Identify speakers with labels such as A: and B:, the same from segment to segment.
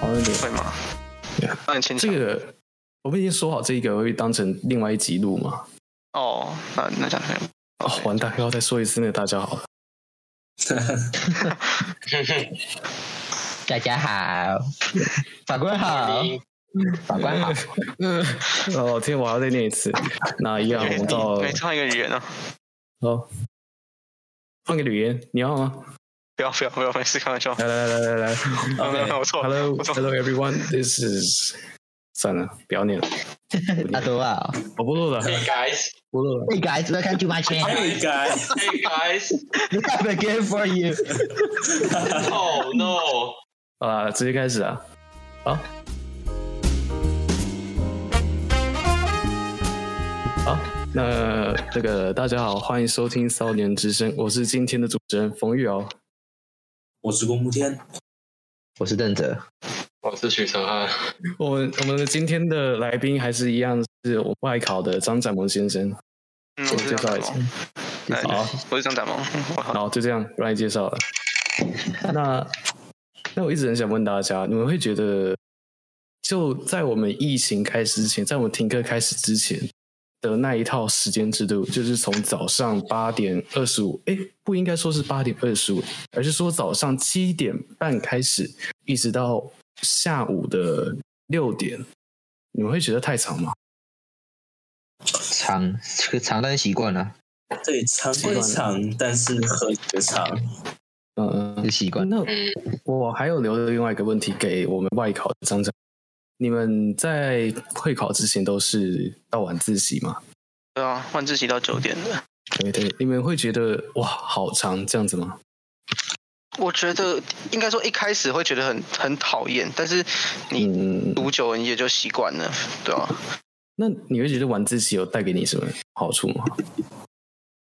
A: 好像有点
B: 会吗？那你牵
A: 这
B: 强
A: 个，我们已经说好这个会当成另外一集录嘛。
B: 哦，那那讲什么？
A: 哦，完蛋，要再说一次那个大家好了。
C: 大家好，法 官好，法官好，
A: 嗯，哦天，我还要再念一次。那一样，我们到
B: 每次换一个语言呢、啊哎
A: 哦，换个语言，你要吗？
B: 不要不要不要，没事，开玩笑。
A: 来来来来来
B: 没有没有我错了
A: ，Hello
B: 哦我错
A: Hello everyone, this is 算了，不要念了，
C: 阿多啊
A: 我不录了，
D: Hey guys,
A: 不录了。
C: ，Hey guys, welcome to my channel.
D: hey guys, hey guys.
C: We have a game for you.
D: Oh no.
A: 啊，直接开始啊！好，好，那这个大家好，欢迎收听《少年之声》，我是今天的主持人冯玉瑶。
E: 我是公木天，
C: 我是邓哲，
D: 我是许承翰，
A: 我们我们的今天的来宾还是一样，是我外考的张展萌先生。
B: 嗯，
A: 我
B: 我是
A: 介
B: 张
A: 绍
B: 展
A: 一下
B: 萌，，来
A: 好，
C: 哦
B: 哎我是张展萌，我好，
A: 好，就这样让你介绍了。那那我一直很想问大家，你们会觉得，就在我们疫情开始之前，在我们停课开始之前的那一套时间制度，就是从早上八点二十五，哎，不应该说是八点二十五，而是说早上七点半开始，一直到下午的六点，你们会觉得太长吗？
C: 长长但是习惯了，
E: 对，长归长，但是合理的长。
A: 嗯嗯嗯
C: 是。习惯。
A: 那我还有留了另外一个问题给我们外考的张张，你们在会考之前都是到晚自习吗？
B: 对啊，晚自习到九点的。
A: 对对，你们会觉得哇好长这样子吗？
B: 我觉得应该说一开始会觉得很很讨厌，但是你
A: 嗯，
B: 读久了你也就习惯了，对啊吧、
A: 那你会觉得晚自习有带给你什么好处吗？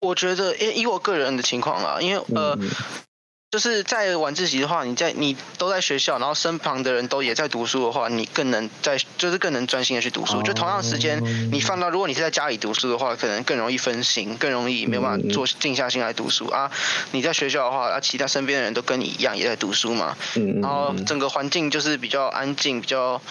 B: 我觉得，因以我个人的情况啦，因为呃，
A: 嗯
B: 就是在晚自习的话，你在你都在学校，然后身旁的人都也在读书的话，你更能在就是更能专心的去读书。
A: 哦
B: 就同样时间，你放到如果你是在家里读书的话，可能更容易分心，更容易没有办
A: 嗯
B: 法做静下心来读书啊。你在学校的话，啊，其他身边的人都跟你一样也在读书嘛，
A: 嗯嗯
B: 然后
A: 嗯
B: 整个环境就是比较安静，比较。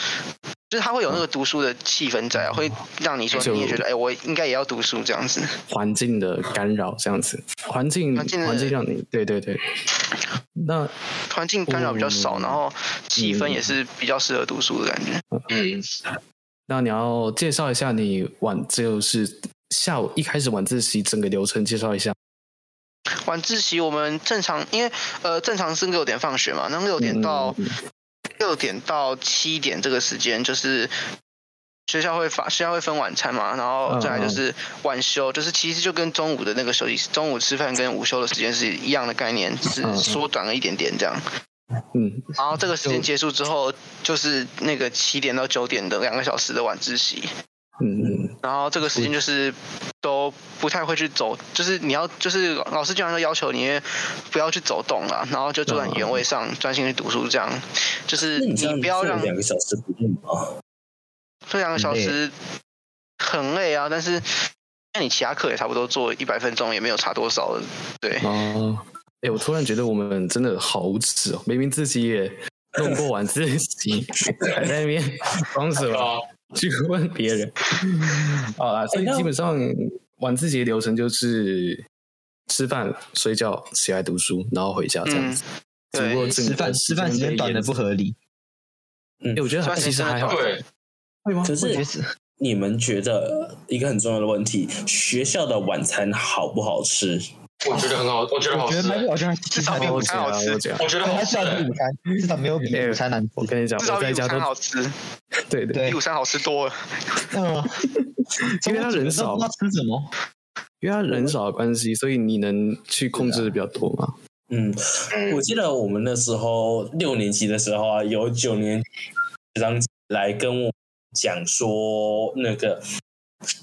B: 就是他会有那个读书的气氛在啊，会让你说
A: 就
B: 你也觉得，哎、我应该也要读书这样子。
A: 嗯环境的干扰这样子，环境
B: 环境的
A: 环境让你对对对，那
B: 环境干扰比较少，
A: 嗯
B: 然后气氛也是比较适合读书的感觉。
D: 嗯，
A: 那你要介绍一下你晚就是下午一开始晚自习整个流程介绍一下。
B: 晚自习我们正常，因为呃正常是六点放学嘛，那六点到
A: 嗯
B: 六点到七点这个时间就是。学校会发，学校会分晚餐嘛，然
A: 嗯
B: 后再来就是晚修，就是其实就跟中午的那个休息，中午吃饭跟午休的时间是一样的概念，只
A: 嗯嗯
B: 是缩短了一点点这样。
A: 嗯，
B: 然后这个时间
A: 就
B: 结束之后，就是那个七点到九点的两个小时的晚自习。
A: 嗯嗯
B: 然后这个时间就是都不太会去走，就是你要就是老师经常说要求你不要去走动啦，然后就坐在你原位上专心去读书，这样就是
E: 那你这样
B: 你不要
E: 做
B: 让
E: 两个小时不用吗？
B: 这两个小
C: 很累
B: 时很累啊，但是那你其他课也差不多做一百分钟，也没有差多少的，对。
A: 哦，哎、我突然觉得我们真的好无耻哦！明明自己也弄过晚自习，还在那边装什
B: 啊
A: 么去问别人。好啦，所以基本上晚自习的流程就是吃饭、睡觉、起来读书，然后回家这样子。
B: 嗯
A: 只不过整
C: 吃
A: 个
C: 饭吃饭时间短的不合理，
A: 哎、我觉得其实还好，
D: 对，
A: 会吗？
E: 可
C: 我觉得
E: 是
C: 是
E: 你们觉得一个很重要的问题，学校的晚餐好不好吃？
D: 我觉得很好，我觉得好
C: 我觉得，
D: 吃
C: 麦克好像至
B: 少比
C: 没
B: 我
C: 有
A: 我
B: 餐
A: 讲
B: 好吃
A: 啊我讲，
D: 我觉得好
C: 至
D: 吃
C: 少，比午餐至少没有比午餐难
A: 我
C: 吃。
A: 跟你讲，
B: 至少
A: 我
B: 比
A: 在
B: 午
A: 家
B: 餐
A: 都
B: 好吃，
A: 对对，
C: 对
B: 比午，餐好吃多了。
C: 嗯，
A: 因为他人少
C: 不知道吃什么，
A: 因为他人少的关系，所以你能去控制的比较多嘛。
E: 嗯，我记得我们那时候六年级的时候啊，有九年级学长姐来跟我讲说，那个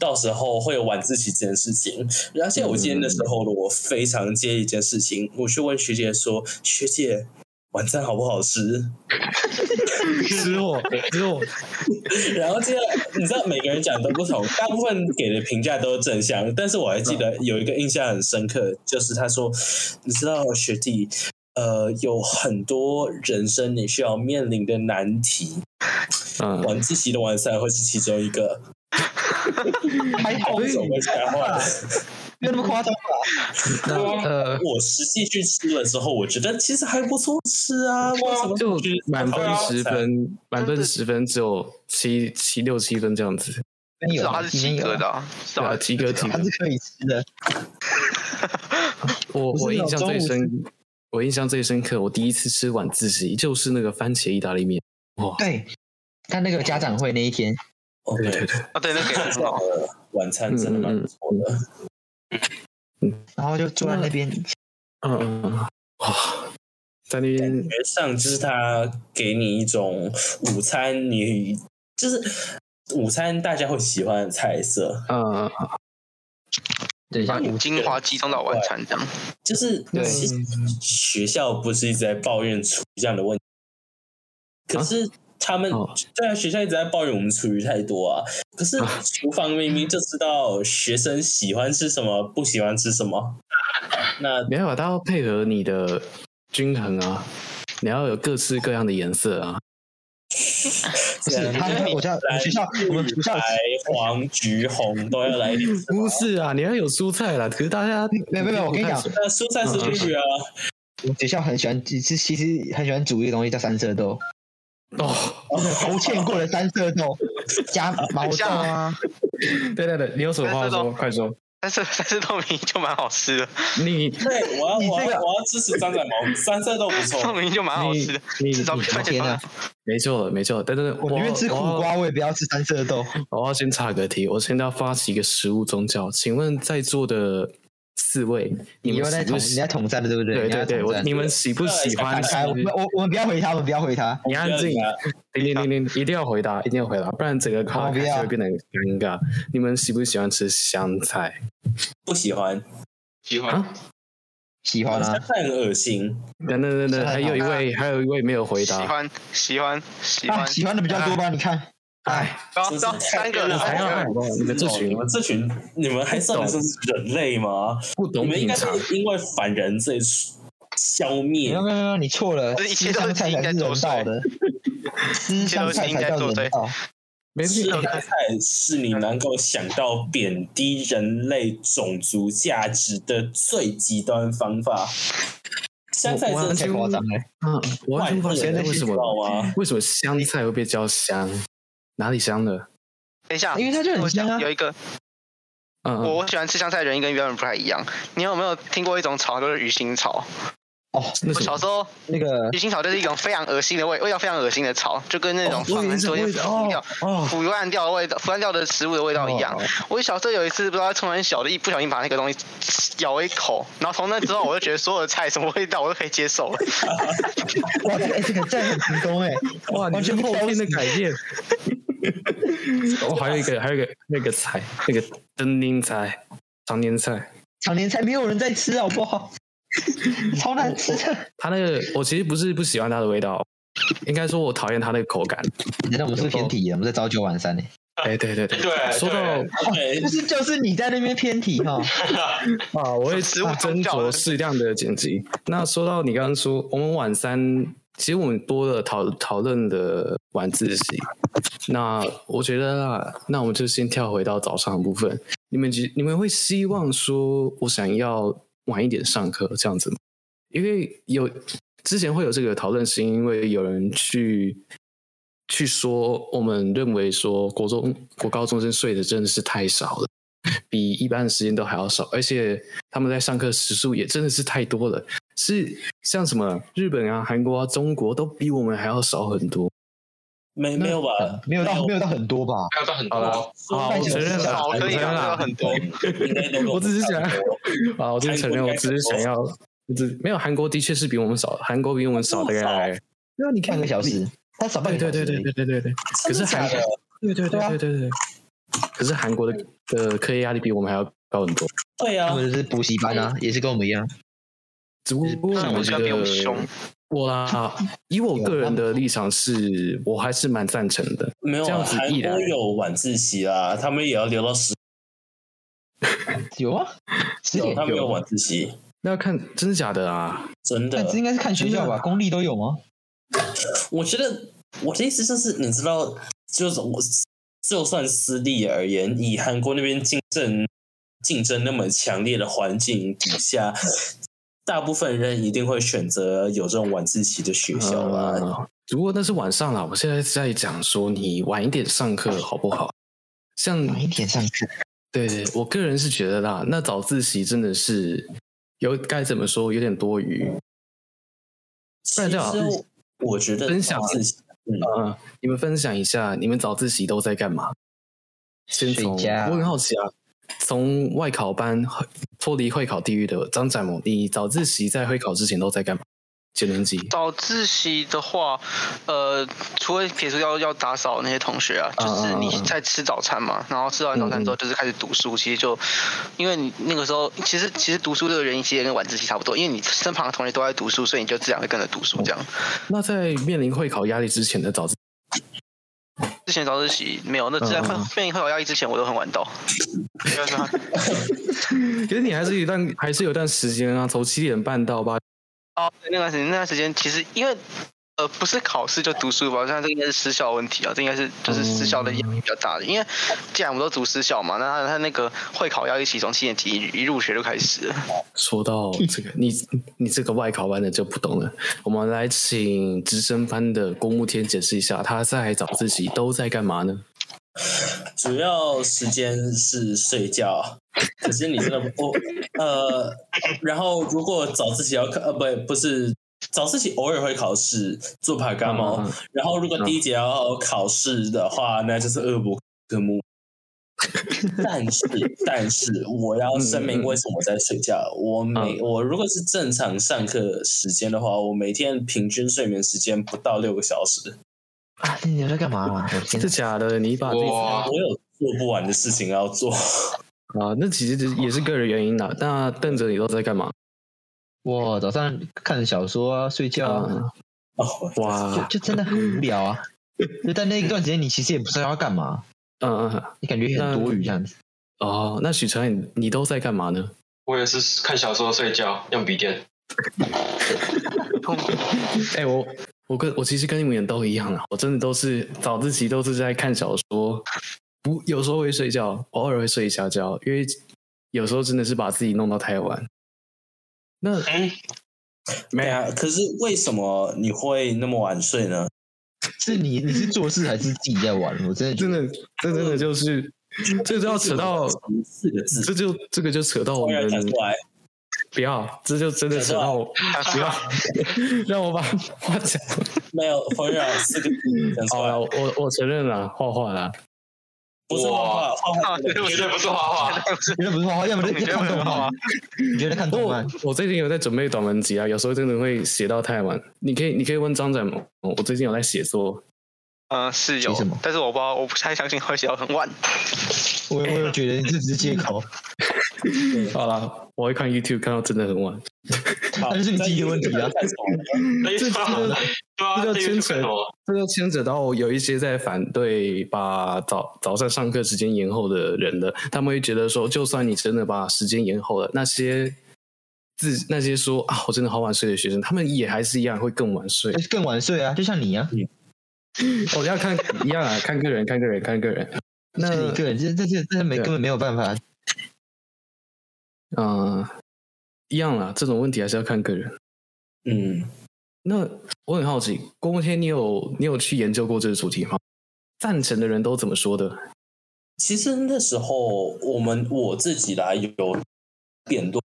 E: 到时候会有晚自习这件事情。而且我今天的时候，我非常介意一件事情，我去问学姐说：“学姐，晚餐好不好吃？”
A: 吃货，吃货，
E: 然后接着，你知道每个人讲都不同，大部分给的评价都是正
A: 嗯
E: 向，但是我还记得有一个印象很深刻，就是他说，你知道学弟，呃，有很多人生你需要面临的难题，
A: 嗯，
E: 晚自习的晚餐会是其中一个。
C: 还
A: 嗯
C: 好
E: 为什么才换？
A: 啊
C: 没有那么夸张吧？
A: 那呃，
E: 我实际去吃了之后，我觉得其实还不错吃啊。为什么
A: 就
E: 不去
A: 满
E: 讨
A: 分
E: 论
A: 十
E: 晚餐？
A: 分，满
B: 真
A: 分
B: 的
A: 十分只有七七六七分这样子，
C: 里
B: 至
C: 面有
B: 少
C: 啊，
B: 它是
C: 里面
B: 及
C: 有
B: 格
C: 啊
B: 的、啊，至少
A: 对啊，及格及格
C: 它。是可以吃的。
A: 我
C: 不是
A: 我
C: 那
A: 印
C: 种
A: 象
C: 中
A: 最
C: 午
A: 深，我印象最深刻，我第一次吃晚自习就是那个番茄意大利面。哇，
C: 对，他那个家长会那一天，
E: 哦
A: 对对对，
B: 啊，对，那个也很好。
E: 晚餐真的蛮不错的。
C: 然后就坐在那边，
A: 嗯嗯嗯，哇，在那边
E: 感觉上就是他给你一种午餐你，就是午餐大家会喜欢的菜色，
A: 嗯，
C: 对，
B: 把
C: 像午
B: 精华集中到晚餐这样，
E: 就是
A: 对
E: 其实学校不是一直在抱怨厨这样的问题，
C: 啊
E: 可是他们、
A: 哦
E: 对啊，学校一直在抱怨我们厨余太多啊，可是厨房明明就知道学生喜欢吃什么，不喜欢吃什么，那
A: 没办法，它要配合你的均衡啊，你要有各式各样的颜色啊。
C: 不是
E: 对啊
C: 他
E: 就是
C: 们，我叫我
E: 蓝
C: 们学校，我们学校
E: 白黄橘红都 要来一点什么
A: 不是啊，你要有蔬菜啦。可是大家
C: 没有没有我跟你讲
A: 不太熟
E: 那蔬菜是绿啊，
C: 我们学校很喜欢，其实其实很喜欢煮一个东西叫三色豆，
A: 哦，
C: 勾芡过的三色豆加毛豆啊，
A: 对对对，你有什么话
B: 三色豆
A: 说？快说。
B: 但是但是透明就蛮好吃的，
A: 你
E: 对，我要
C: 你
E: 我
C: 这
E: 要
C: 个
E: 我要支持张展毛，三色豆不
B: 透
E: 错。
B: 明就蛮好吃的，
A: 你
B: 至少比番茄
C: 天
B: 汤
C: 啊
B: 好。
A: 没救了，没救了。但是
C: 我宁愿吃苦
A: 我
C: 瓜，我也不要吃三色豆。
A: 我要先岔个题，我现在要发起一个食物宗教。请问在座的四位，
C: 你
A: 们
C: 又在
A: 喜
C: 统
A: 不
C: 你
A: 喜？
C: 在统战的对不对
A: 对对
C: 对
A: 对，我你们喜不喜欢
E: 你
A: 吃？
C: 我们我我们不要回他，我们不要回他。
A: 你安静
E: 不要理，
A: 零零零零，一定要回答，一定要回答，不然整个
C: 我
A: 卡
C: 不
A: 就
C: 要
A: 会变得很尴尬。你们喜不喜欢吃香菜？
E: 不喜欢，
D: 喜欢
A: 啊
C: 喜欢
E: 香
C: 啊，
E: 菜很恶心。
A: 等等等等，
C: 香菜
A: 还有一位，还有一位没有回
B: 喜
A: 答。
B: 欢喜欢喜
C: 啊，
B: 欢
C: 喜欢的比较多吧？你看，
A: 哎，
B: 然后
E: 真是
B: 然后
E: 太
B: 三个人，
E: 我还
A: 还
E: 要
A: 要
E: 爱
A: 你们这
E: 你
A: 群
E: 们这群，你们还算得上是人类吗？
A: 不
E: 你
A: 懂
E: 们应
A: 品
E: 该
A: 尝，
E: 是因为反人这消
C: 没
E: 灭
C: 有。没有没有，你错了，
B: 这一
C: 吃
B: 切都
C: 香
B: 是
C: 菜
B: 基因
C: 才
B: 在
C: 是
B: 作
C: 人道
B: 祟，
C: 的，吃香菜才叫人道。
A: 没
E: 吃
A: 必要
E: 香。菜是你能够想到贬低人类种族价值的最极端方法。香菜
A: 我
E: 真的
C: 太
E: 是
C: 夸张欸了，
A: 嗯，我完全不
E: 外
A: 发现
E: 人类
A: 为什
E: 知
A: 么
E: 道吗？
A: 为什么香菜会被叫香？哪里香了？
B: 等一下，
C: 因为它就很
B: 我想
C: 香啊
B: 有一个
A: 嗯，
B: 我
A: 嗯
B: 我喜欢吃香菜的原因跟原本不太一样。你有没有听过一种草，就是鱼腥草？
C: 哦，
A: 那
B: 我
A: 什
B: 小
A: 么？
B: 时候
C: 那个
B: 鱼腥草就是一种非常恶心的味，味道非常恶心的草，就跟那种放很多天腐掉、
A: 哦，
B: 腐烂掉的味道、腐烂掉的食物的味道一样。我小时候有一次不知道从很小的一不小心把那个东西咬了一口，然后从那之后我就觉得所有的菜什么味道我都可以接受了。
C: 哇，哎，这个这很成功哎，
A: 哇，你
C: 完
A: 是
C: 全不
A: 后
C: 挑
A: 天的
C: 食
A: 改变。哦，还有一个，还有一个那个菜，那个灯丁菜、常年菜，
C: 常年菜没有人在吃好不好？ 超难吃的。
A: 它那个我其实不是不喜欢它的味道，应该说我讨厌它那个口感。
C: 你道我们是不是偏题了，我们在朝九晚三欸呢。
A: 哎，对对对，
D: 对
A: 说到
D: 对
E: 对
C: 不，是，就是你在那边偏题哈。
A: 啊，我也
B: 食物宗
A: 斟
B: 教
A: 酌
B: 的
A: 适量的剪辑。那说到你刚刚说，我们晚三，其实我们多了讨讨论的晚自习。那我觉得啦，那我们就先跳回到早上的部分。你们觉你们会希望说，我想要晚一点上课这样子吗？因为有之前会有这个讨论，是因为有人去去说，我们认为说国中国高中生睡的真的是太少了。 比一般的时间都还要少，而且他们在上课时数也真的是太多了，是像什么日本啊、韩国啊、中国都比我们还要少很多。
E: 没没有吧？
C: 呃没有
B: 哦
C: 到没有到很多吧？
D: 还有到很
A: 好了
D: 多，
A: 好，我承认了，
B: 少
A: 我
B: 可
A: 承
B: 以
A: 认
B: 啊，
A: 了
B: 到，很 多。
E: 应该都跟
A: 我只是
E: 们差不多
A: 啊，我只是承认，我只是想要，我只没有韩国的确是比我们少，韩国比我们少大概，对啊，你看
C: 半个小，时， 他少半
A: 对
C: 个小
A: 对
C: 时。
A: 对对对对对对，可是
E: 真
A: 韩
E: 的假的
A: 对对对
C: 啊
A: 对对对，可是韩国的的课业压力比我们还要高很多，
E: 对
C: 他
E: 啊，
C: 们就是补习班啊，也是跟我们一样。
A: 只不过
B: 那
A: 我
B: 我觉
A: 觉
B: 得比我们凶
A: 得。我啦，以我个人的立场是，我还是蛮赞成的。
E: 没有
A: 这
E: 啊
A: 样子
E: 韩
A: 依然
E: 国有晚自习啊，他们也要留到十
C: 有啊，十
E: 点，
C: 点
E: 他们有
C: 有
E: 晚自习。
A: 那要看真的假的啊？
E: 真的
C: 那。这应该是看学校吧，公立都有吗？
E: 我觉得我的意思就是，你知道，就是我就算私立而言，以韩国那边竞争竞争那么强烈的环境底 下，大部分人一定会选择有这种晚自习的学校啊。
A: 呃只不过那是晚上啦，我现在是在讲说你晚一点上课好不好？像
C: 晚一点上课，
A: 对对，我个人是觉得啦，那早自习真的是有该怎么说，有点多余。
E: 其
A: 不然
E: 实
A: 就好
E: 我觉得
A: 分享
E: 早自习，嗯，
A: 嗯，你们分享一下，你们早自习都在干嘛？先从
C: 睡觉
A: 我很好奇啊，从外考班脱离会考地狱的张展模，你早自习在会考之前都在干嘛？九年级
B: 早自习的话，呃，除了撇除要要打扫那些同学啊，
A: 嗯
B: 就是你
A: 嗯嗯
B: 在吃早餐嘛，然后吃完早餐之后就是开始读书，其实就因为你那个时候，其实其实读书这个原因其实也跟晚自习差不多，因为你身旁的同学都在读书，所以你就自然会跟着读书这样。
A: 那在面临会考压力之前的早自
B: 之前早自习没有，那自然会
A: 嗯嗯
B: 面临会有压力之前，我都很晚到。
A: 可是你还是有一 段，还是有一段时间啊，从七点半到八，
B: 哦，那段时间那段时间其实因为。呃，不是考试就读书吧，像这应该是私校问题啊，这应该是就是私校的压力比较大的，因为既然我们都读私校嘛，那他他那个会考压力其实从七年级一一入学就开始了。
A: 说到这个，你你这个外考班的就不懂了。我们来请直升班的郭慕天解释一下，他在早自习都在干嘛呢？
E: 主要时间是睡觉。可是你真的不 呃，然后如果早自习要考呃不不是早自习偶尔会考试做爬伽毛，
A: 嗯嗯
E: 然后如果第一节要考试的话，那就是恶补 科目。但是但是我要声明，为什么我在睡觉？我
A: 嗯
E: 每我如果是正常上课时间的话，我每天平均睡眠时间不到六个小时。
C: 啊，那你们在干嘛啊？我的天
A: 是假的，你把自己
D: 哇，
E: 我有做不完的事情要做。
A: 啊，那其实这也是个人原因啦。那邓哲，你都在干嘛？
C: 我早上看小说啊，睡觉啊，
E: 哦，
A: 哇，
C: 就就真的很无聊 啊。就在那一段时间，你其实也不知道要干嘛，
A: 嗯嗯嗯，
C: 你感觉也很多余这样子。
A: 哦，那许晨，你你都在干嘛呢？
D: 我也是看小说、睡觉、用笔电。
A: 哎、我我跟我其实跟你们也都一样啊，我真的都是早自习都是在看小说，不有时候会睡觉，偶尔会睡一下觉，因为有时候真的是把自己弄到太晚。那
D: 嗯，
A: 没
E: 对
A: 有
E: 啊，可是为什么你会那么晚睡呢？
C: 是你你是做事还是自己在 玩？我真的觉
A: 真
C: 得
A: 的，这真的就是， 这就要扯到，
E: 四个字，
A: 这就这个就扯到我
E: 突然
A: 们
E: 讲出来，
A: 不要，这就真的扯到我不 要，让我把话讲
E: 没有冯月老四个字讲出
A: 好啊
E: 来
A: 了，，我我承认了，画画啦。
E: 不是画画，画画真的
D: 绝对不是画画。
C: 觉得不是画画，要么就
B: 你觉
C: 在
B: 得不
C: 看
B: 是画
C: 动
B: 画
C: 漫，你觉得在看动漫？
A: 我最近有在准备短文集啊，有时候真的会写到太晚。你可以，你可以问张展萌，我最近有在写作。
B: 嗯、是有
C: 写什么，
B: 但是我不知道，我不太相信会写到很晚。
C: 我我嗯有觉得你这只是借口，
A: 好啦，我会看 YouTube，看到真的很 晚。
E: 好
C: 那就是你自己的问题啊
E: 再说
D: 那
A: 这这就
D: 对啊，
A: 这就
D: 这
A: 牵
D: 又是
A: 扯
D: 什么？
A: 这就牵扯到有一些在反对把早早上上课时间延后的人了，他们会觉得说，就算你真的把时间延后了，那些自那些说啊我真的好晚睡的学生，他们也还是一样会更晚 睡。
C: 更晚睡啊，就像你啊，
A: 我、要看一样啊，看个人，看个人，看个人。那
C: 是你个人，这这这这没
A: 对
C: 根本没有办法。
A: 嗯，一样啦，这种问题还是要看个人。
E: 嗯，
A: 那我很好奇，郭慕天，你有你有去研究过这个主题吗？赞成的人都怎么说的？
E: 其实那时候我们我自己来有点多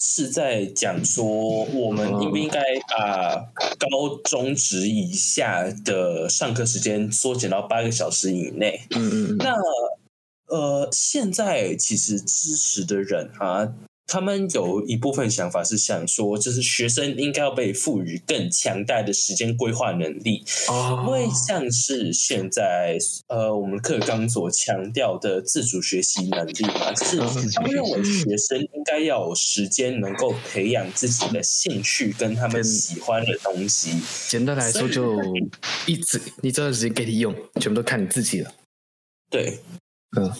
E: 是在讲说，我们应不应该把高中职以下的上课时间缩减到八个小时以内？
A: 嗯嗯嗯，
E: 那呃，现在其实支持的人啊，他们有一部分想法是想说，就是学生应该要被赋予更强大的时间规划能力，因
A: 哦
E: 为像是现在呃，我们课纲所强调的自主学习能力嘛，是他们认为学生应该要有时间能够培养自己的兴趣跟他们喜欢的东西。
A: 简单来说就一直，你这段时间给你用，全部都看你自己了。
E: 对，
A: 嗯，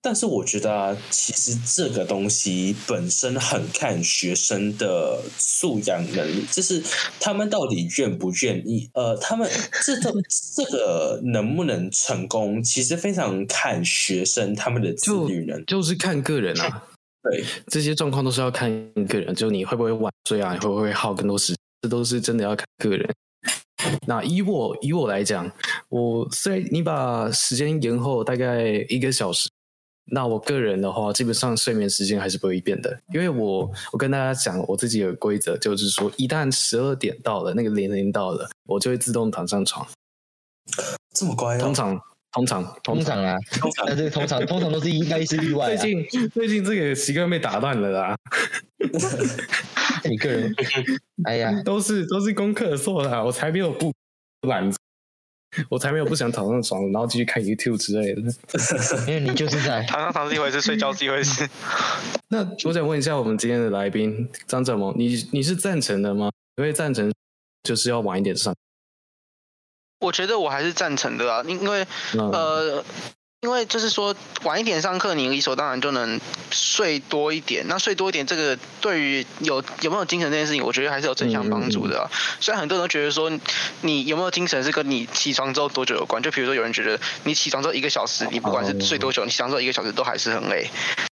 E: 但是我觉得、啊，其实这个东西本身很看学生的素养能力，就是他们到底愿不愿意，呃，他们这 个这个能不能成功，其实非常看学生他们的自
A: 就
E: 律能力。
A: 就是看个人啊，
E: 对，
A: 这些状况都是要看个人，就你会不会晚睡啊，你会不会耗更多时间，这都是真的要看个人。那以我以我来讲，我虽然你把时间延后大概一个小时，那我个人的话，基本上睡眠时间还是不会变的，因为我我跟大家讲，我自己有规则，就是说一旦十二点到了，那个铃铃到了，我就会自动躺上床。
E: 这么乖、哦，
A: 通常通常
C: 通 常啊，
E: 通常
C: 但是通常通常都是应该是例外
A: 最
C: 啊。
A: 近最近这个习惯被打断了啦，
C: 你个 人，哎呀，
A: 都是都是功课的错啦，我才没有不懒，我才没有不想躺上床，然后继续看 YouTube 之类的。
C: 因为你就是在
B: 躺上躺是一回事，睡觉是一回事。
A: 那我想问一下我们今天的来宾张振萌，你你是赞成的吗？你会赞成就是要晚一点上？
B: 我觉得我还是赞成的啊，因为
A: 嗯、
B: 呃，因为就是说晚一点上课，你理所当然就能睡多一点。那睡多一点，这个对于有有没有精神这件事情，我觉得还是有正向帮助的、啊。
A: 嗯
B: 虽然很多人都觉得说你有没有精神是跟你起床之后多久有关，就比如说有人觉得你起床之后一个小时，你不管是睡多久，你起床之后一个小时都还是很累。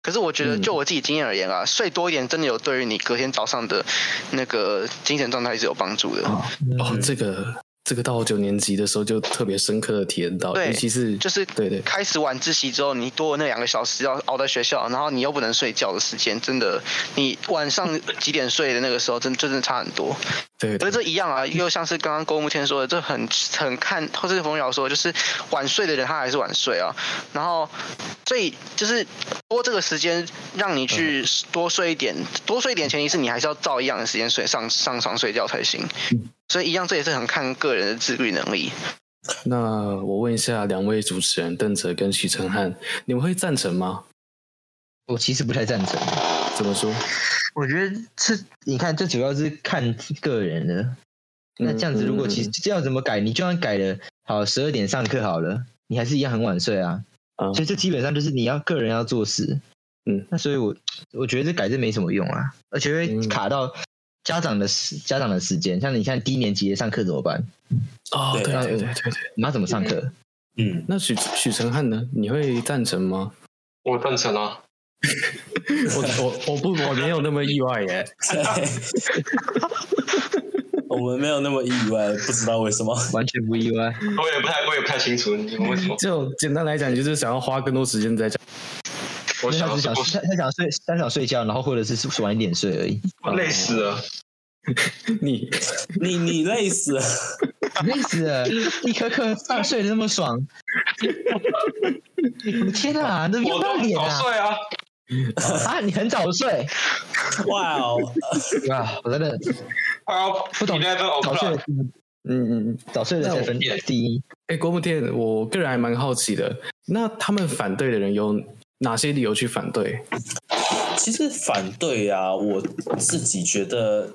B: 可是我觉得，
A: 嗯
B: 就我自己经验而言啊，睡多一点真的有对于你隔天早上的那个精神状态是有帮助的。
A: 哦，这个这个到我九年级的时候就特别深刻的体验到，
B: 对
A: 尤其是
B: 就是
A: 对对
B: 开始晚自习之后，你多了那两个小时要熬在学校，然后你又不能睡觉的时间，真的，你晚上几点睡的那个时候，真真的差很多。
A: 对
B: 可是这一样啊，又像是刚刚郭慕天说的，这很很看，或是冯瑶说，就是晚睡的人他还是晚睡啊。然后，所以就是多这个时间让你去多睡一点，多睡一点前提是你还是要照一样的时间睡上上床睡觉才行。所以一样，这也是很看个人的自律能力。
A: 那我问一下两位主持人邓哲跟许承翰，你们会赞成吗？
C: 我其实不太赞成。
A: 怎么说？
C: 我觉得这你看，这主要是看个人的。那这样子，如果其实这样怎么改？你就算改了，好十二点上课好了，你还是一样很晚睡啊。
A: 嗯
C: 所以这基本上就是你要个人要做事。
A: 嗯，
C: 那所以我我觉得这改正没什么用啊，而且会
A: 嗯
C: 卡到家长的时家长的时间。像你看低年级的上课怎么办？
A: 哦，对
E: 对
A: 对对
C: 嗯
A: 对对。
C: 你们要怎么上课？
E: 嗯，
A: 那许许承翰呢？你会赞成吗？
D: 我赞成啊。
A: 我我我不我没有那么意外耶。
E: 我们没有那么意外，不知道为什么。
C: 完全不意外。
D: 我也不太，我也不太清楚你们为什么。
A: 就简单来讲，你就是想要花更多时间在家。
D: 我
C: 因为
D: 想
C: 他只想
D: 我
C: 他他想睡，他想睡觉，然后或者是晚一点睡而已。
D: 我累死了。
A: 你
E: 你你累死了，
C: 累死了！一颗颗上睡得那么爽，我的天啊，那
D: 我
C: 要
D: 都
C: 到
D: 很
C: 脸
D: 早
C: 啊！
D: 睡啊，
C: 啊，你很早睡
E: 哇哦！
C: 啊！我真的
D: 啊，
C: 不懂
D: eleven
C: 早睡
D: o'clock，
C: 的
A: 嗯嗯，
C: 早睡的才分第一。
A: 哎、国母店，我个人还蛮好奇的，那他们反对的人有哪些理由去反对？
E: 其实反对啊，我自己觉得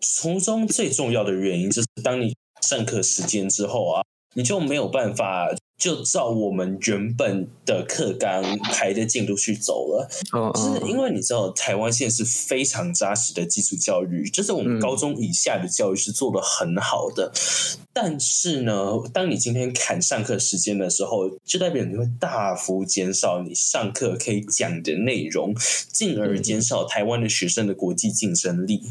E: 从中最重要的原因就是，当你上课时间之后啊，你就没有办法就照我们原本的课纲排的进度去走了。
A: 哦
E: 就是因
A: 哦，
E: 为你知道，台湾现在是非常扎实的基础教育，就是我
A: 嗯
E: 们高中以下的教育是做的很好的。但是呢，当你今天砍上课时间的时候，就代表你会大幅减少你上课可以讲的内容，进而减少台湾的学生的国际竞争力。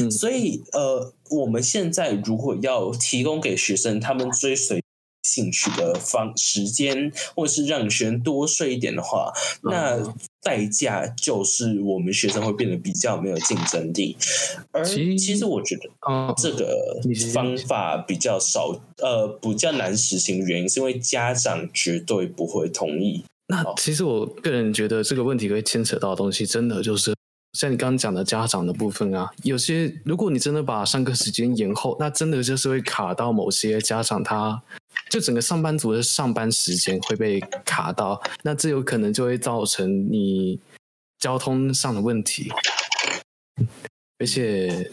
A: 嗯
E: 所以，呃，我们现在如果要提供给学生他们追随兴趣的方时间，或是让学生多睡一点的话，
A: 嗯
E: 那代价就是我们学生会变得比较没有竞争力。而
A: 其
E: 其实我觉得
A: 哦，
E: 这个
A: 你先
E: 方法比较少，呃，比较难实行，原因是因为家长绝对不会同意。
A: 那其实我个人觉得这个问题会牵扯到的东西，真的就是像你刚刚讲的家长的部分啊，有些如果你真的把上课时间延后，那真的就是会卡到某些家长他。就整个上班族的上班时间会被卡到，那这有可能就会造成你交通上的问题，而且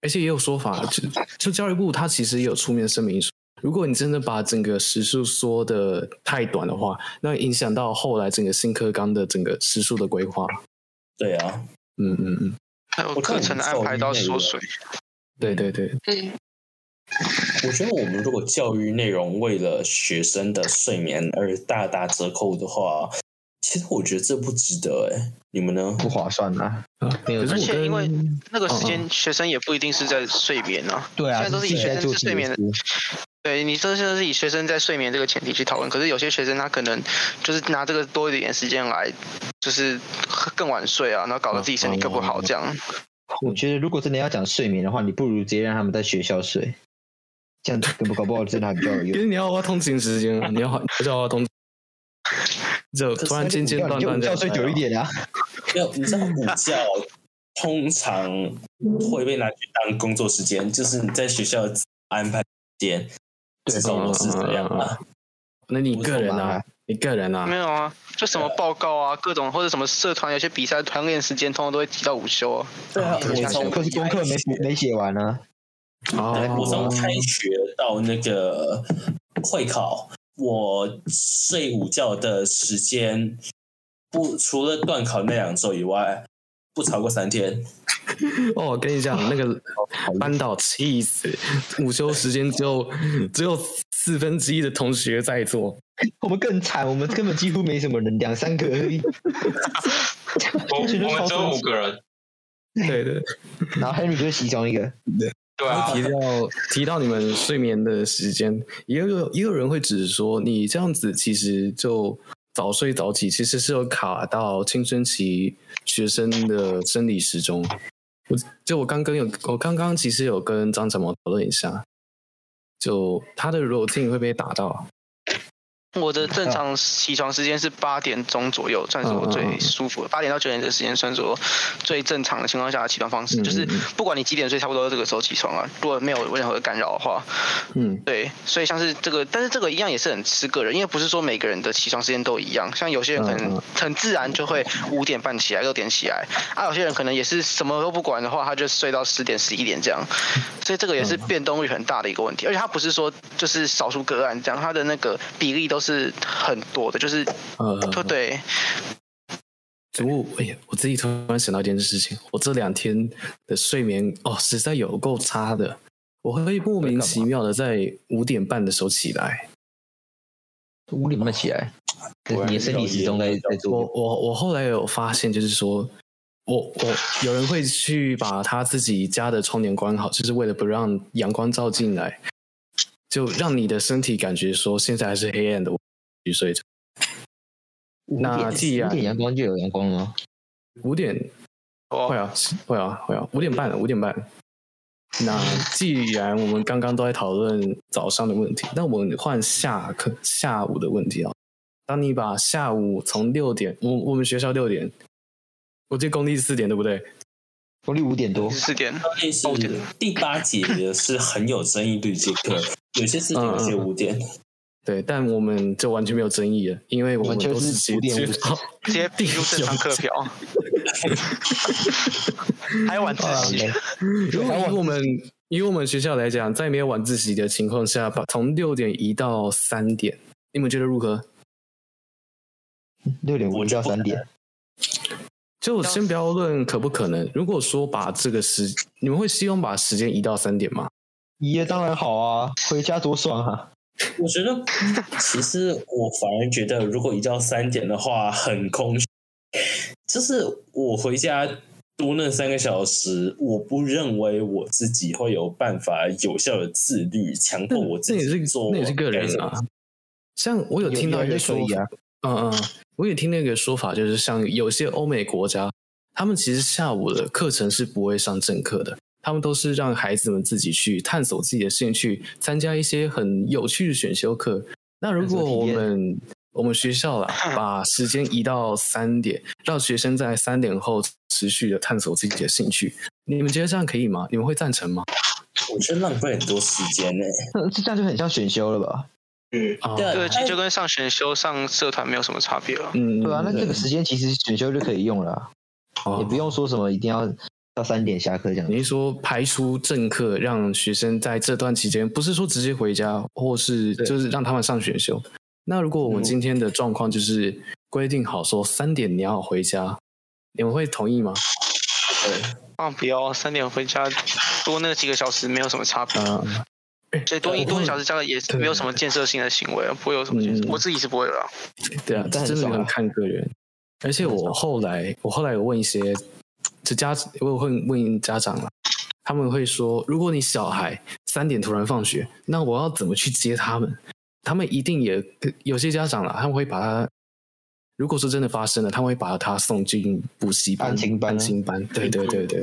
A: 而且也有说法，就就教育部他其实也有出面声明说，如果你真的把整个时数缩的太短的话，那影响到后来整个新课纲的整个时数的规划。
E: 对啊，
A: 嗯嗯嗯，
B: 还有
E: 我看
B: 课程的安排到缩水，
A: 对对对，
E: 我觉得我们如果教育内容为了学生的睡眠而大打折扣的话，其实我觉得这不值得哎、你们呢？
C: 不划算啊。
A: 啊，
C: 没有
A: 可是
B: 而
A: 我
B: 且
A: 跟
B: 因为那个时
A: 嗯
B: 间学生也不一定是在睡眠啊。
C: 对啊，
B: 现在都是以
C: 自己在
B: 学生
C: 做
B: 是睡眠的
C: 自己的事
B: 对，你都是以学生在睡眠这个前提去讨论，可是有些学生他可能就是拿这个多一点时间来，就是更晚睡啊，然后搞得自己身体更不好这样。
C: 我觉得如果真的要讲睡眠的话，你不如直接让他们在学校睡，这样搞不搞不好真的还比较有
A: 因
C: 用。
A: 为你要花通勤时间啊，你要花不是要花通勤，就突然间间断
C: 你就
A: 断
C: 午
A: 这样
C: 觉睡久一点啊。
E: 没有，你知道午觉通常会被拿去当工作时间，就是你在学校安排时间，至少我是这样啊。
C: 嗯
A: 那你个人
C: 不错
A: 啊
C: 吧，
A: 你个人啊
B: 没，有啊，就什么报告啊，各种或者什么社团有些比赛团练时间，通常都会提到午休、啊。
E: 对啊，我从
C: 可是功课没没写完啊。
A: 哦，
E: 我从开学到那个会考，我睡午觉的时间不除了断考那两周以外，不超过三天。
A: 哦，我跟你讲，那个班导气死，午休时间只有只有四分之一的同学在做，
C: 我们更惨，我们根本几乎没什么人，两三个而 已。
D: 我哦我们只有五个人，
A: 对的。
C: 然后 Henry 就是其中一个。
D: 对 啊，
A: 提到提到你们睡眠的时间，也有也有人会指说，你这样子其实就早睡早起，其实是有卡到青春期学生的生理时钟。我就我刚刚有我刚刚其实有跟张展毛讨论一下，就他的 routine 会被打到。
B: 我的正常起床时间是八点钟左右，算是我
A: 嗯嗯
B: 最
A: 嗯
B: 舒服的。八点到九点的时间算是我最正常的情况下的起床方式，
A: 嗯
B: 就是
A: 嗯嗯
B: 不管你几点睡，差不多这个时候起床啊。如果没有任何干扰的话，
A: 嗯，
B: 对，所以像是这个，但是这个一样也是很吃个人，因为不是说每个人的起床时间都一样。像有些人可
A: 嗯
B: 能
A: 嗯
B: 很自然就会五点半起来、六点起来，啊，有些人可能也是什么都不管的话，他就睡到十点、十一点这样。所以这个也是
A: 嗯
B: 变动率很大的一个问题，而且它不是说就是少数个案这样，它的那个比例都是很多的，就是
A: 呃，
B: 对对，
A: 主务，哎呀，我自己突然想到一件事情，我这两天的睡眠哦，实在有够差的，我会莫名其妙的在五点半的时候起来。
C: 五点半起来，
E: 果然
C: 你的生理时钟在在
A: 我
C: 做。
A: 我我后来有发现，就是说我我有人会去把他自己家的窗帘关好，就是为了不让阳光照进来，就让你的身体感觉说现在还是黑暗的，我去睡着。那既
C: 五
A: 然
C: 点阳光就有阳光了吗？
A: 五点会啊会啊会啊，五点半了五点半。那既然我们刚刚都在讨论早上的问题，那我们换下课下午的问题啊。当你把下午从六点，我我们学校六点，我记得公立四点对不对？
C: 公立五点多，
B: 四 点。
E: 类
C: 哦
E: 似第八节是很有争议对这课，有些
C: 嗯
E: 事情有些五点，
A: 对，但我们就完全没有争议了，因为我
C: 我
A: 们
C: 们就
A: 都是
C: 是
A: 直
C: 5点
A: 接
C: 50
A: 到
B: 直接比如正常课表， 还有晚
D: 啊
B: 自
C: 啊
B: 习，
A: 如果以我们以我们学校来讲，在没有晚自习的情况下，把从六点移到三点，你们觉得如何？
C: 六点五到三点，
A: 就先不要论可不可能，如果说把这个时，你们会希望把时间移到三点吗？
C: 耶，当然好啊，回家多爽啊！
E: 我觉 得，其实我反而觉得，如果一到三点的话，很空虚。就是我回家多那三个小时，我不认为我自己会有办法有效的自律，强迫我自
A: 那也
E: 己
A: 是
E: 做我
A: 那也是个
E: 该
A: 人
E: 做
A: 啊。像我有
C: 有
A: 听到一
C: 有
A: 个
C: 人
A: 说
C: 可以
A: 法，
C: 啊
A: 嗯嗯，我也听那个说法，就是像有些欧美国家，他们其实下午的课程是不会上正课的，他们都是让孩子们自己去探索自己的兴趣，参加一些很有趣的选修课。那如果我
C: 探索体验
A: 们我们学校啦，把时间移到三点，让学生在三点后持续的探索自己的兴趣，你们觉得这样可以吗？你们会赞成吗？
E: 我觉得浪费很多时间欸呢、
C: 这这样就很像选修了吧？
D: 嗯，
A: 啊
E: 对啊
B: 对，其实就跟上选修、上社团没有什么差别了。
A: 嗯，
C: 对啊，那这个时间其实选修就可以用了啊，
A: 哦
C: 也不用说什么一定要到三点下课这样
A: 你。是说排除政客，让学生在这段期间，不是说直接回家，或是
C: 对
A: 就是让他们上选修？那如果我们今天的状况就是规定好说三点你要回家，你们会同意吗？
B: 啊，不要三点回家，多那几个小时没有什么差别，
A: 嗯、
B: 所以多一
A: 我
B: 多一
A: 会
B: 小时加了也是
A: 对
B: 没有什么建设性的行为，不会有什么建设
A: 嗯
B: 我自己是不会的啦。
A: 对啊，
C: 但很
A: 真的
C: 爽啊
A: 很看个人。而且我后来，我后来有问一些，就家我有问问家长了，啊他们会说，如果你小孩三点突然放学，那我要怎么去接他们？ 他们一定也有些家长啦，啊他们会把他，如果说真的发生了，他们会把他送进补习班、
C: 安亲班啊
A: 安亲班。对对对对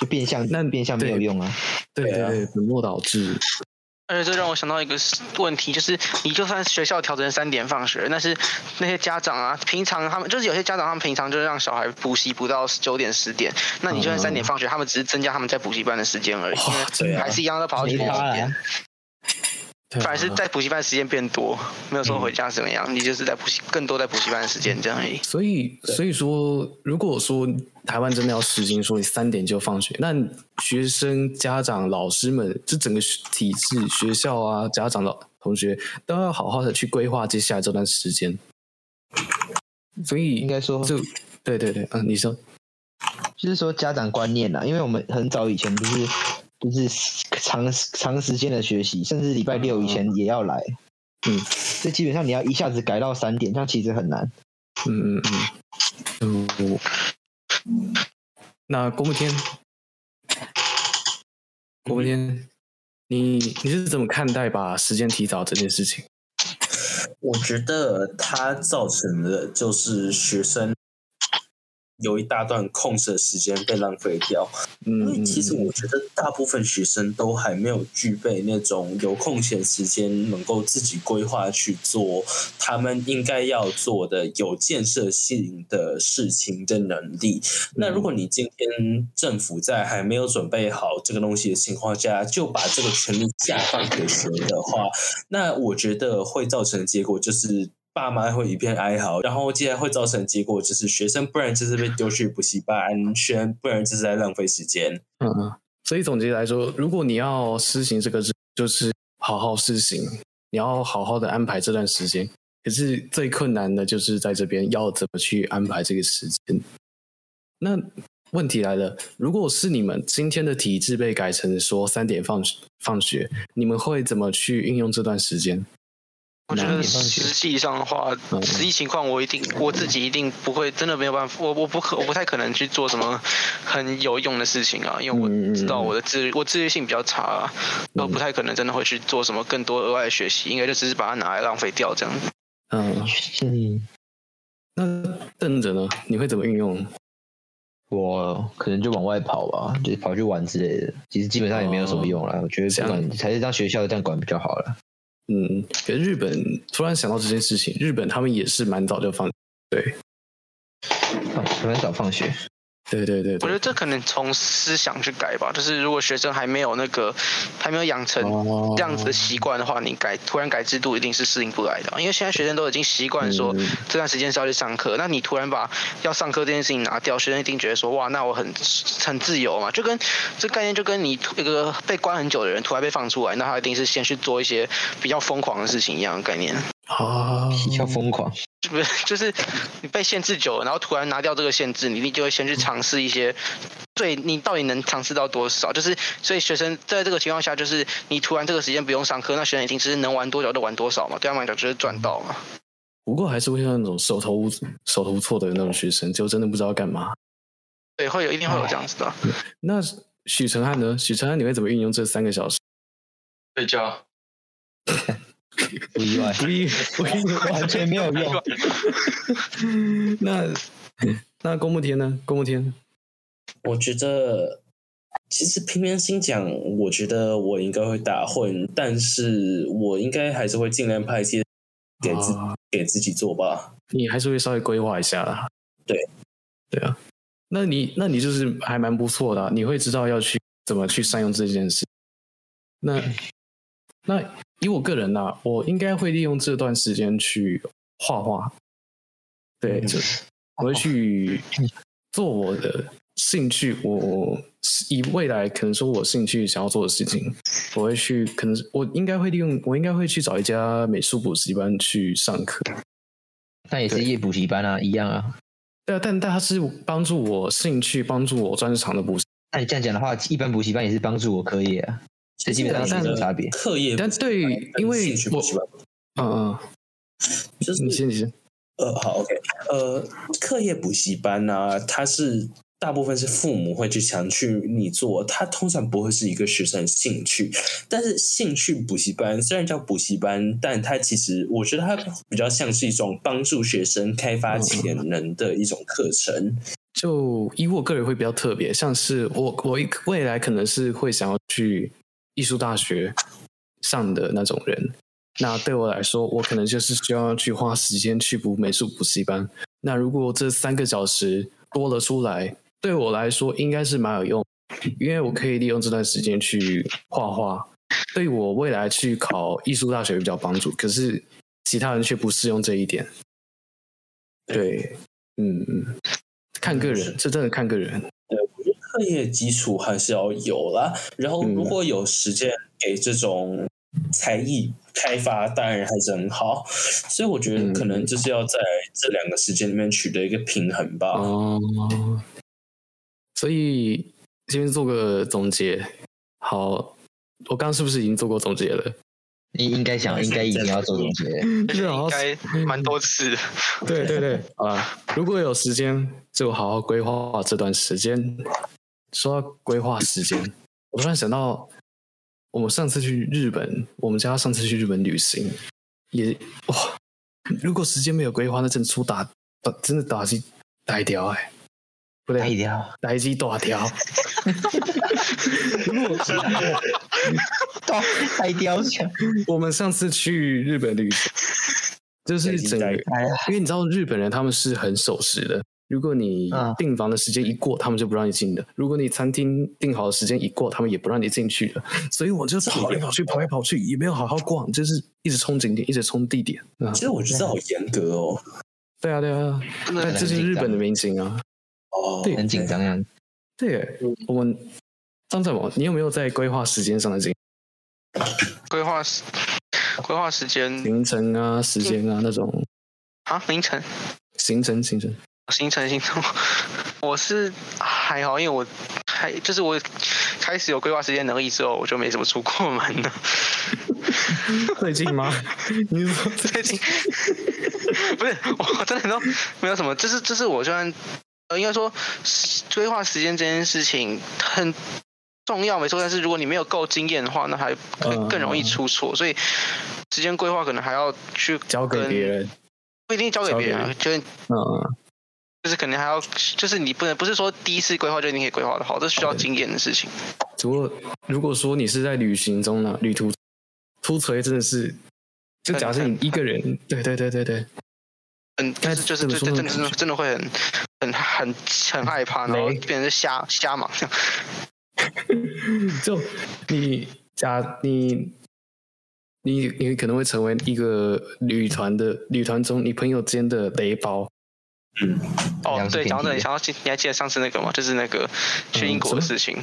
C: 就变相
A: 那
C: 变相没有
A: 对
C: 用啊。
A: 对
E: 对
A: 对
E: 啊
A: 对，本末倒置。
B: 而且这让我想到一个问题，就是你就算学校调整三点放学，但是那些家长啊，平常他们就是有些家长他们平常就是让小孩补习补到九点十点，那你就算三点放学，他们只是增加他们在补习班的时间而已，
A: 嗯哇，真
E: 对
A: 的
E: 啊
B: 还是一样要跑到九
C: 没
B: 点
C: 差
B: 十
C: 啦
B: 点。
A: 对啊
B: 反而是在补习班时间变多，没有说回家怎么样，你就是在补习更多在补习班的时间这样而已。
A: 所以，所以说，如果说台湾真的要实行说你三点就放学，那学生、家长、老师们，这整个体制、学校啊、家长、老同学，都要好好的去规划接下来这段时间。所以
C: 应该说
A: 就对对对，嗯，你说
C: 就是说家长观念啦，因为我们很早以前就是就是长长时间的学习，甚至礼拜六以前也要来，
A: 嗯，
C: 这基本上你要一下子改到三点，这样其实很难。
A: 嗯嗯嗯，就那郭慕天，郭慕天，你你是怎么看待把时间提早这件事情？
E: 我觉得它造成的就是学生有一大段空闲时间被浪费掉，因
A: 嗯，
E: 为其实
A: 嗯嗯
E: 我觉得大部分学生都还没有具备那种有空闲时间能够自己规划去做他们应该要做的有建设性的事情的能力。那如果你今天政府在还没有准备好这个东西的情况下，就把这个权利下放给谁的话，那我觉得会造成的结果就是。爸妈会一片哀嚎，然后接下来会造成的结果就是学生，不然就是被丢去补习班，学不然就是在浪费时间。
A: 嗯，嗯，所以总结来说，如果你要施行这个制，就是好好施行，你要好好的安排这段时间。可是最困难的就是在这边要怎么去安排这个时间。那问题来了，如果是你们今天的体制被改成说三点放学放学，你们会怎么去运用这段时间？
B: 我觉
A: 难
B: 得
A: 免
B: 实际上的话，
A: 嗯
B: 实际情况我一定我自己一定不会，真的没有办法，我我不可我不太可能去做什么很有用的事情啊，因为
A: 嗯嗯嗯
B: 我知道我的自律我自律性比较差啊，然后不太可能真的会去做什么更多额外的学习，应该就只是把它拿来浪费掉这样。
A: 嗯，
C: 嗯，
A: 那邓哲呢？你会怎么运用？
C: 我可能就往外跑吧，就是跑去玩之类的。其实基本上也没有什么用啦，我觉得不管还是让学哦校这样管比较好了。
A: 嗯，可是日本突然想到这件事情，日本他们也是蛮早就放，
C: 放很早放学，
A: 对对对对
B: 我觉得这可能从思想去改吧，就是如果学生还没有那个还没有养成
A: 哦
B: 这样子的习惯的话，你改突然改制度一定是适应不来的啊，因为现在学生都已经习惯说
A: 嗯
B: 这段时间是要去上课，那你突然把要上课这件事情拿掉，学生一定觉得说哇，那我很很自由嘛，就跟这概念就跟你一个被关很久的人突然被放出来，那他一定是先去做一些比较疯狂的事情一样的概念。
A: 啊，
C: 要疯狂。
B: 是不是就是你被限制久了，然后突然拿掉这个限制，你一定就会先去尝试一些，对你到底能尝试到多少？就是所以学生在这个情况下，就是你突然这个时间不用上课，那学生一定是能玩多久就玩多少嘛，对他们来讲就是赚到嘛。
A: 不过还是会有那种手头无手头无措的那种学生，就真的不知道干嘛。
B: 对，会有一定会有这样子的。
A: 那许承翰呢？许承翰你会怎么运用这三个小时？
D: 睡觉。
C: 不意外，
A: 不意不意
C: 完全没有 用。
A: 那那公木天呢？公木天，
E: 我觉得，其实平良心讲，我觉得我应该会打混，但是我应该还是会尽量派一些给自、
A: 啊
E: 给自己做吧。
A: 你还是会稍微规划一下啦。
E: 对，
A: 对啊。那你那你就是还蛮不错的啊、你会知道要去怎么去善用这件事。那那以我个人呐、我应该会利用这段时间去画画。对，就我会去做我的兴趣，我我以未来可能说我兴趣想要做的事情，我会去，可能我应该会利用，我应该会去找一家美术补习班去上课。
C: 但也是夜补习班啊，一样啊。
A: 对啊，但但它是帮助我兴趣、帮助我专长的补习。
C: 那你这样讲的话，一般补习班也是帮助我课业啊，所以基本上是没有差别。
E: 课业，
A: 但对于，因为嗯
E: 兴趣
A: 我
E: 补习班
A: 嗯嗯，
E: 就是
A: 你先你先，
E: 呃，好，OK，呃，课业补习班呢、它是大部分是父母会去强去你做，它通常不会是一个学生的兴趣。但是兴趣补习班虽然叫补习班，但它其实我觉得它比较像是一种帮助学生开发潜能的一种课程。
A: 就以我个人会比较特别，像是我我一未来可能是会想要去艺术大学上的那种人。那对我来说，我可能就是需要去花时间去补美术补习班。那如果这三个小时多了出来，对我来说应该是蛮有用，因为我可以利用这段时间去画画，对我未来去考艺术大学比较帮助。可是其他人却不适用这一点。对，嗯嗯。看个人，这真的看个人。
E: 课业基础还是要有啦，然后
A: 嗯
E: 如果有时间给这种才艺开发，当然还是很好。所以我觉得
A: 嗯
E: 可能就是要在这两个时间里面取得一个平衡吧。
A: 哦，所以这边做个总结。好，我刚刚是不是已经做过总结了？
C: 你应该想，应该已经要做总结了。
B: 而且
A: 好
B: 应
A: 好
B: 该蛮多次的。
A: 啊对对对， 啊，如果有时间就好好规划这段时间。说到规划时间，我突然想到，我们上次去日本，我们家上次去日本旅行，也哇，如果时间没有规划，那真的出打打真的打击打一条哎、不
C: 哎
A: 对，
C: 呀，
A: 打击大条。
C: 大太雕像，
A: 我们上次去日本旅行，就是整个，
E: 已经
C: 哎呀，
A: 因为你知道日本人他们是很守时的。如果你
C: 嗯
A: 订房的时间一过，他们就不让你进的；如果你餐厅订好的时间一过，他们也不让你进去的。 所以我就跑来跑去，跑来跑去，也没有好好逛，就是一直冲景点，一直冲地点。啊，
E: 其实我觉得好严格哦。
A: 对啊，对啊，
B: 真
A: 但
B: 的
C: 很
A: 这就是日本的民情啊。
E: 哦，
A: 对
C: 很紧张样子。
A: 对，我们张振谋，你有没有在规划时间上的经
B: 规划时规划时间
A: 行程啊、时间啊那种
B: 啊，凌晨
A: 行程行程？
B: 行程行程， 我是还好，因为我还就是我开始有规划时间能力之后，我就没怎么出过门了。
A: 最近吗？ 你说
B: 最近不是我真的都没有什么，就是就是我就算呃应该说时规划时间这件事情很重要没错，但是如果你没有够经验的话，那还
A: 嗯
B: 更更容易出错，所以时间规划可能还要去
A: 交给
B: 跟
A: 别，人？
B: 不一定交给
A: 交给
B: 别人，就是
A: 嗯嗯
B: 就是可能还要，就是你不能不是说第一次规划就一定可以规划的好，这是需要经验的事情。
A: 只不过如果说你是在旅行中呢、旅途突锤真的是，就假设你一个人，对对对对对，
B: 嗯，就是就是
A: 该
B: 就
A: 怎
B: 是
A: 么说呢
B: 真的真的会很很很很害怕，然后
A: 没
B: 变成瞎瞎忙。
A: 就你假你你你可能会成为一个旅团的旅团中你朋友间的雷包，
B: 哦
C: 良，心
B: 对，
C: 平
B: 讲到这
C: 地
B: 里，想到你还记得上次那个吗？就是那个去
A: 嗯
B: 英国
A: 什么
B: 的事情，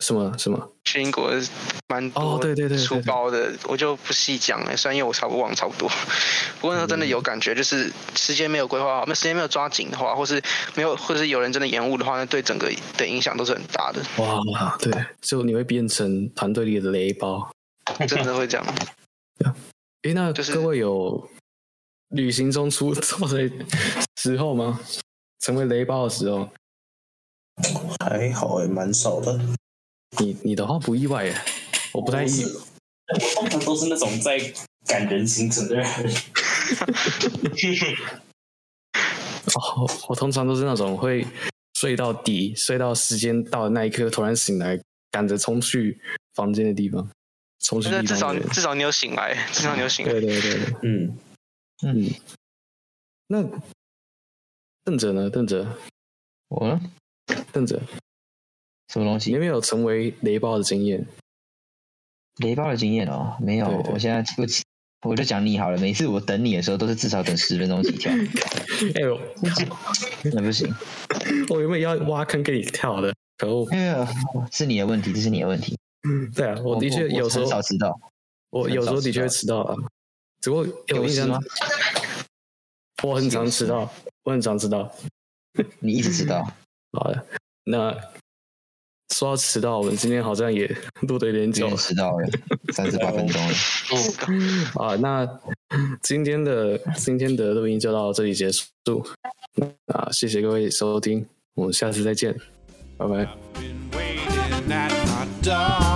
A: 什么什么？
B: 去英国蛮多
A: 哦对对对对
B: 粗
A: 对
B: 包的，我就不细讲了，虽然因为我差不多忘得差不多，不过那时候真的
A: 嗯
B: 有感觉，就是时间没有规划好，那时间没有抓紧的话，或是没有，或是有人真的延误的话，那对整个的影响都是很大的，
A: 哇，对，就你会变成团队里的雷包。
B: 真的会这样。
A: 诶，那
B: 就是
A: 各位有旅行中出 错的时候吗？成为雷包的时候，
E: 还好诶，蛮少的。
A: 你你的话不意外耶，我不太意
E: 是，我通常都是那种在赶人行程的人。
A: 哦，我通常都是那种会睡到底，睡到时间到的那一刻突然醒来，赶着冲去房间的地方，冲去
B: 那
A: 地
B: 至
A: 方
B: 少
A: 的人。
B: 至少你有醒来，至少你有醒来。
A: 对对对对，
E: 嗯，
A: 嗯。那邓哲呢？邓哲，
C: 我呢？
A: 邓哲，
C: 什么东
A: 你
C: 西
A: 有？没有成为雷暴的经验？
C: 雷包的经验哦，没有。
A: 对对
C: 我现在我我就讲你好了，每次我等你的时候都是至少等十分钟起 跳，
A: 哎呦，
C: 那不行。
A: 我原本要挖坑给你跳的，可恶！
C: 哎呀，是你的问题，这是你的问题。
A: 对啊，我的确有时候
C: 很少迟到，
A: 我
C: 很
A: 有时候
C: 少
A: 的
C: 迟
A: 确
C: 到
A: 会迟到啊，只不过有印
C: 事
A: 象
C: 吗？
A: 我很常迟到，我很常迟到。
C: 你一直迟
A: 嗯
C: 到，
A: 好的，那说到迟到，我们今天好像也录的有点
C: 你
A: 久了
C: 迟到了三十八分钟了。
A: 啊。那今天的今天的录音就到这里结束啊，谢谢各位收听，我们下次再见，拜拜。
F: I've been waiting at my door.